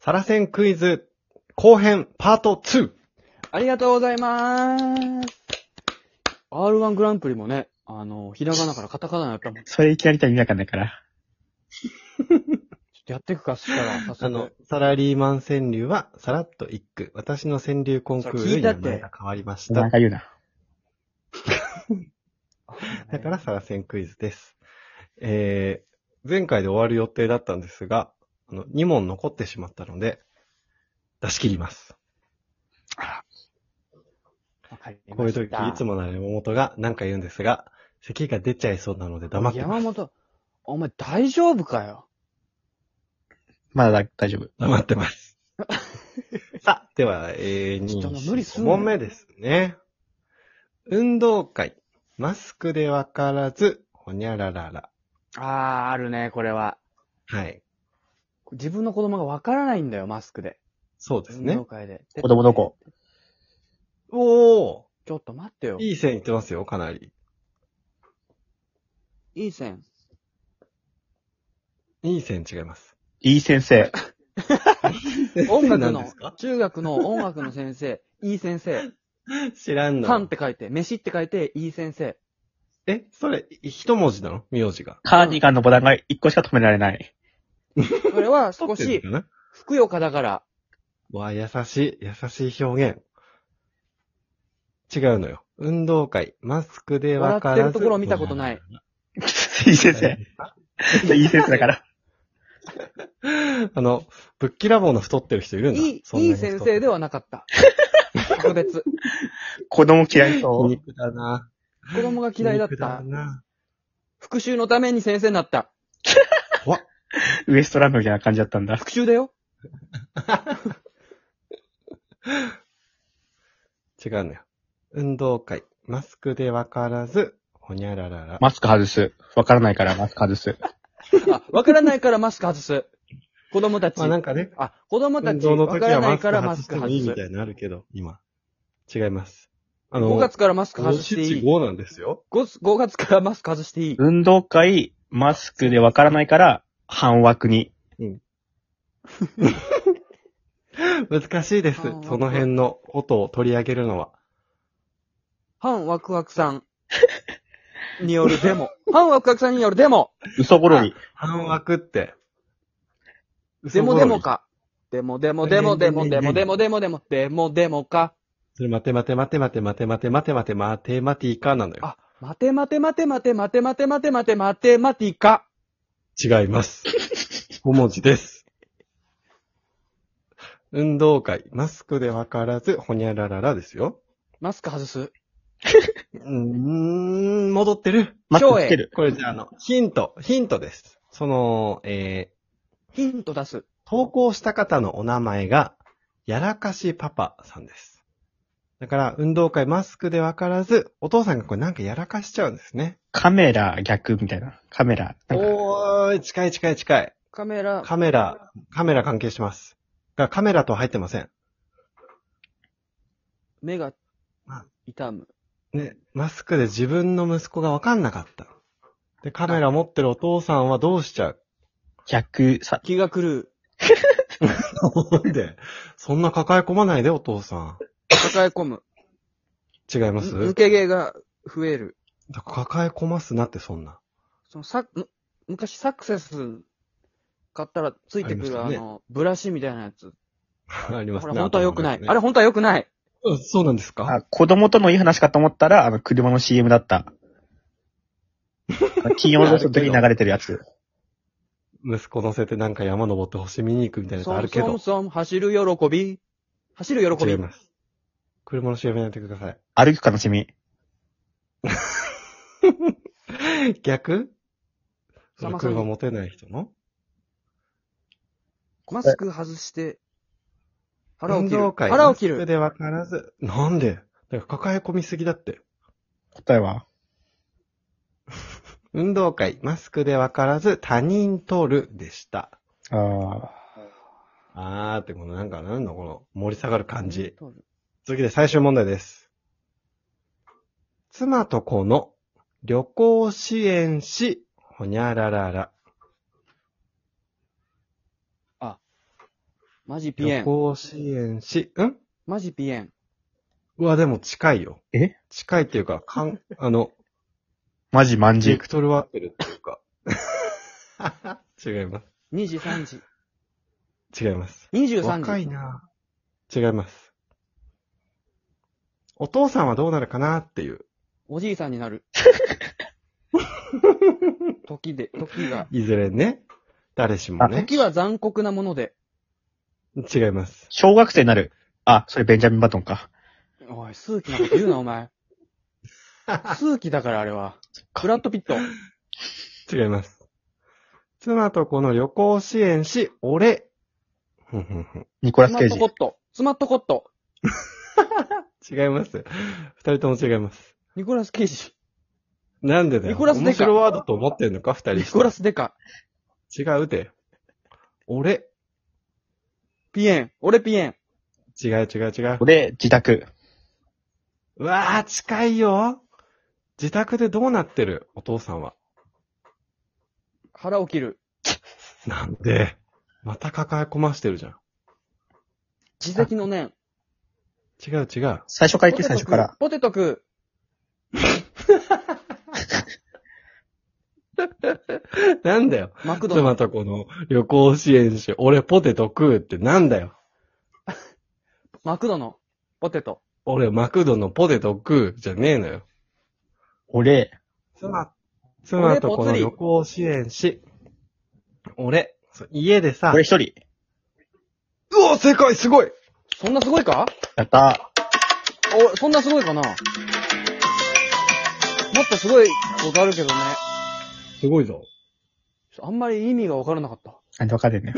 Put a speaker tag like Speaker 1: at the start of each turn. Speaker 1: サラセンクイズ後編パート 2!
Speaker 2: ありがとうございまーす。R1 グランプリもね、あの、ひらがなからカタカナになったもん。ちょ
Speaker 3: それいきなりじゃ見なかったから。
Speaker 2: っとやっていくか、そしたら、早速。
Speaker 1: あの、サラリーマン川柳はさらっと一句。私の川柳コンクールに名前が変わりまし
Speaker 3: な
Speaker 1: た
Speaker 3: ん。か言うな。
Speaker 1: だからサラセンクイズです。えー、前回で終わる予定だったんですが、あの、2問残ってしまったので、出し切ります。
Speaker 2: わかりました、
Speaker 1: こういう時、いつもなら山本が何か言うんですが、咳が出ちゃいそうなので黙ってま
Speaker 2: 山
Speaker 1: す。
Speaker 2: 本、お前大丈夫かよ。
Speaker 3: まだだ大丈夫。
Speaker 1: 黙って ます。さあ、では、えー、に
Speaker 2: 人の無理す
Speaker 1: 5
Speaker 2: んな
Speaker 1: 問目ですね。運動会。マスクでわからず、ほにゃららら。
Speaker 2: あー、あるね、これは。
Speaker 1: はい。
Speaker 2: 自分の子供がわからないんだよ、マスクで。
Speaker 1: そうです
Speaker 2: 運
Speaker 1: ね
Speaker 2: 動。会で。
Speaker 3: 子供どこ
Speaker 1: おー
Speaker 2: ちょっと待ってよ。い
Speaker 1: いい線いってますよ、かなり。
Speaker 2: い線。
Speaker 1: いい線違います。
Speaker 3: いい先生。
Speaker 2: 音楽
Speaker 1: 何で
Speaker 2: の
Speaker 1: すか、
Speaker 2: 中学の音楽の先生、いい先生。
Speaker 1: 知らん
Speaker 2: パンっ
Speaker 1: の。
Speaker 2: て書いて、飯って書いて、いい先生。
Speaker 1: え、それ、一文字なの名字が。
Speaker 3: カーディガンのボタンが一個しか止められない。
Speaker 2: これは少
Speaker 1: 知って
Speaker 2: し
Speaker 1: る、のか
Speaker 2: ふくよかだから、
Speaker 1: なわあ、優しい、優しい表現。違うのよ。運動会、マスクで分からず。
Speaker 2: 笑ってるところ見たことない。
Speaker 3: いい先生。いい先生だから。
Speaker 1: あの、ぶっきらぼうの太ってる人いるんだ。
Speaker 2: いい、
Speaker 1: そん
Speaker 2: い
Speaker 1: ないに太って
Speaker 2: 先生ではなかった。特別。
Speaker 3: 子供嫌い
Speaker 1: 皮
Speaker 3: そう。
Speaker 1: 肉だな。
Speaker 2: 子供が嫌いだっ
Speaker 1: 皮肉
Speaker 2: た。
Speaker 1: な
Speaker 2: 復讐のために先生になった。
Speaker 1: 怖っ
Speaker 3: ウエストランドみたいな感じだったんだ。
Speaker 2: 復讐だよ。
Speaker 1: 違うのよ。運動会、マスクで分からず、ほにゃららら。
Speaker 3: マスク外す。わからないからマスク外す。
Speaker 2: あ、わからないからマスク外す。子供たち。
Speaker 1: まあなんかね、
Speaker 2: あ、子供た
Speaker 1: 運
Speaker 2: ち、
Speaker 1: 動の
Speaker 2: わか
Speaker 1: 時
Speaker 2: ら
Speaker 1: は
Speaker 2: な
Speaker 1: マ
Speaker 2: い
Speaker 1: ス
Speaker 2: か
Speaker 1: ク
Speaker 2: らマ
Speaker 1: 外
Speaker 2: ス
Speaker 1: し
Speaker 2: ク
Speaker 1: てもい
Speaker 2: 外
Speaker 1: いみ
Speaker 2: す
Speaker 1: た。いになるけど、今。違います。あ
Speaker 2: 5
Speaker 1: の、
Speaker 2: 月からマスク
Speaker 1: 5
Speaker 2: 外してい
Speaker 1: 7
Speaker 2: い。
Speaker 1: 5なんですよ。
Speaker 2: 5, 5月からマスク外していい。
Speaker 3: 運動会、マスクでわからないから、半枠に。
Speaker 1: 難しいです。
Speaker 2: あー
Speaker 1: その辺の音を取り上げるのは。
Speaker 2: 反ワクワクさんによるデモ。反ワクワクさんによるデモ。
Speaker 3: 嘘ごろり。
Speaker 1: 半枠って。
Speaker 2: デモデモ
Speaker 1: か。
Speaker 2: か。デモデモデモデモデモデモデモデモデモデモか。
Speaker 1: それ待て待て待て待て待て待て待て待て待て待ていかなのよ。
Speaker 2: あ、待て待て待て待て待て待て待て待て待て待ていか。
Speaker 1: 違います。5文字です。運動会、マスクでわからず、ほにゃらららですよ。
Speaker 2: マスク外す。
Speaker 1: うーん、戻ってる。
Speaker 3: マスクつける。
Speaker 1: これじゃあ、あの、ヒント、ヒントです。その、え
Speaker 2: ヒント出す。
Speaker 1: ー、投稿した方のお名前が、やらかしパパさんです。だから、運動会マスクでわからず、お父さんがこれなんかやらかしちゃうんですね。
Speaker 3: カメラ逆みたいな。カメラ。なんか
Speaker 1: おーい、近い近い近い。
Speaker 2: カメラ、
Speaker 1: カメラ、カメラ関係します。が、カメラとは入ってません。
Speaker 2: 目が痛む。
Speaker 1: ね、マスクで自分の息子がわかんなかった。で、カメラ持ってるお父さんはどうしちゃう
Speaker 3: 逆さ、
Speaker 2: 気が狂う。
Speaker 1: なんでそんな抱え込まないで、お父さん。
Speaker 2: 抱え込む。
Speaker 1: 違います
Speaker 2: 抜け毛が増える。
Speaker 1: だから抱え込ますなって、そんな。
Speaker 2: そのサむ昔サクセス買ったらついてくる
Speaker 1: ありま
Speaker 2: あ,、
Speaker 1: したね
Speaker 2: の、ブラシみたいなやつ。
Speaker 1: ありま
Speaker 2: こ
Speaker 1: す
Speaker 2: れ
Speaker 1: ね。
Speaker 2: 本当は良くない。
Speaker 1: 頭の
Speaker 2: あれ
Speaker 1: 中
Speaker 2: 本当は良くない。
Speaker 1: にねうんそうなんです
Speaker 3: あ、
Speaker 1: か
Speaker 3: 子供とのいい話かと思ったら、あの、車の CM だった。あの金曜ロードの時に流れてるやつ。
Speaker 1: 息子乗せてなんか山登って星見に行くみたいなやつ
Speaker 2: そ
Speaker 1: あ
Speaker 2: ん
Speaker 1: るけ
Speaker 2: そん
Speaker 1: ど。
Speaker 2: そん、走る喜び。走る喜
Speaker 1: 違
Speaker 2: び
Speaker 1: い。ます。車の CM やめてください。
Speaker 3: 歩く悲しみ。
Speaker 1: 逆そ
Speaker 2: さん
Speaker 1: の
Speaker 2: まさん
Speaker 1: 車持てない人の
Speaker 2: マスク外して、腹を
Speaker 1: 運
Speaker 2: 切
Speaker 1: 動
Speaker 2: る。
Speaker 1: 会
Speaker 2: 腹を切
Speaker 1: マスク
Speaker 2: る。
Speaker 1: で分からず。なんでだから抱え込みすぎだって。
Speaker 3: 答えは
Speaker 1: 運動会、マスクで分からず、他人取るでした。
Speaker 3: ああ。
Speaker 1: あーって、このなんか、なんのこの、盛り下がる感じ。
Speaker 2: 取る
Speaker 1: 次で最終問題です。妻と子の旅行支援し、ほにゃららら。
Speaker 2: マジピエ
Speaker 1: 旅
Speaker 2: ン。
Speaker 1: 行支援し、ん
Speaker 2: マジピエン。
Speaker 1: うわ、でも近いよ。
Speaker 3: え
Speaker 1: 近いっていうか、かん、あの、
Speaker 3: マジ万
Speaker 1: ベ
Speaker 3: 事。
Speaker 1: クトルは合ってるっていうか。 違いま
Speaker 2: 2時、3時。
Speaker 1: す。違います。
Speaker 2: 23時。
Speaker 1: 若いな違います。お父さんはどうなるかなっていう、
Speaker 2: おじいさんにな る。時で、時が。
Speaker 1: いずれね、誰しもね。
Speaker 2: 時は残酷なもので。
Speaker 1: 違います。
Speaker 3: 小学生になる。あ、それベンジャミンバトンか。
Speaker 2: おい、数奇なこと言うな、お 前。数奇だから、あれは。ブラッドピット。
Speaker 1: 違います。妻と子の旅行支援し、俺。ふんふんふん
Speaker 3: ニコラ
Speaker 2: ス
Speaker 3: ス・
Speaker 2: マ
Speaker 3: ケイ
Speaker 2: ット
Speaker 3: ジ
Speaker 2: コ。ット。スマットコット。
Speaker 1: 違います。二人とも違います。
Speaker 2: ニコラス・ケイジ。
Speaker 1: なんでだよ。
Speaker 2: ニコラスデ
Speaker 1: 面
Speaker 2: カ
Speaker 1: 白ワードと思ってんのか二人
Speaker 2: ニ
Speaker 1: して
Speaker 2: コラス・デカ。
Speaker 1: 違うて。俺。
Speaker 2: ピエン。俺ピエン。
Speaker 1: 違う違う違う。
Speaker 3: 俺、自宅。
Speaker 1: うわあ、近いよ。自宅でどうなってるお父さんは。
Speaker 2: 腹を切る。
Speaker 1: なんで、また抱え込ましてるじゃん。
Speaker 2: 自責の念。
Speaker 1: 違う違う。
Speaker 3: 最初から言って最初から。
Speaker 2: ポテト食う。
Speaker 1: なんだよ。
Speaker 2: マクドナル
Speaker 1: 妻とこの旅行支援し、俺ポテト食うってなんだよ。
Speaker 2: ド。マクドの。ポテト。
Speaker 1: 俺マクドのポテト食うじゃねえのよ。
Speaker 3: 俺、
Speaker 1: 妻、妻とこの旅行支援し、俺、そう家でさ、
Speaker 3: 俺一人。
Speaker 1: うお正解すごい
Speaker 2: そんなすごいか
Speaker 3: やった
Speaker 2: お、そんなすごいかなもっとすごいことあるけどね。
Speaker 1: すごいぞ。
Speaker 2: あんまり意味がわからなかった。
Speaker 3: ー。なんでわかるんだよ。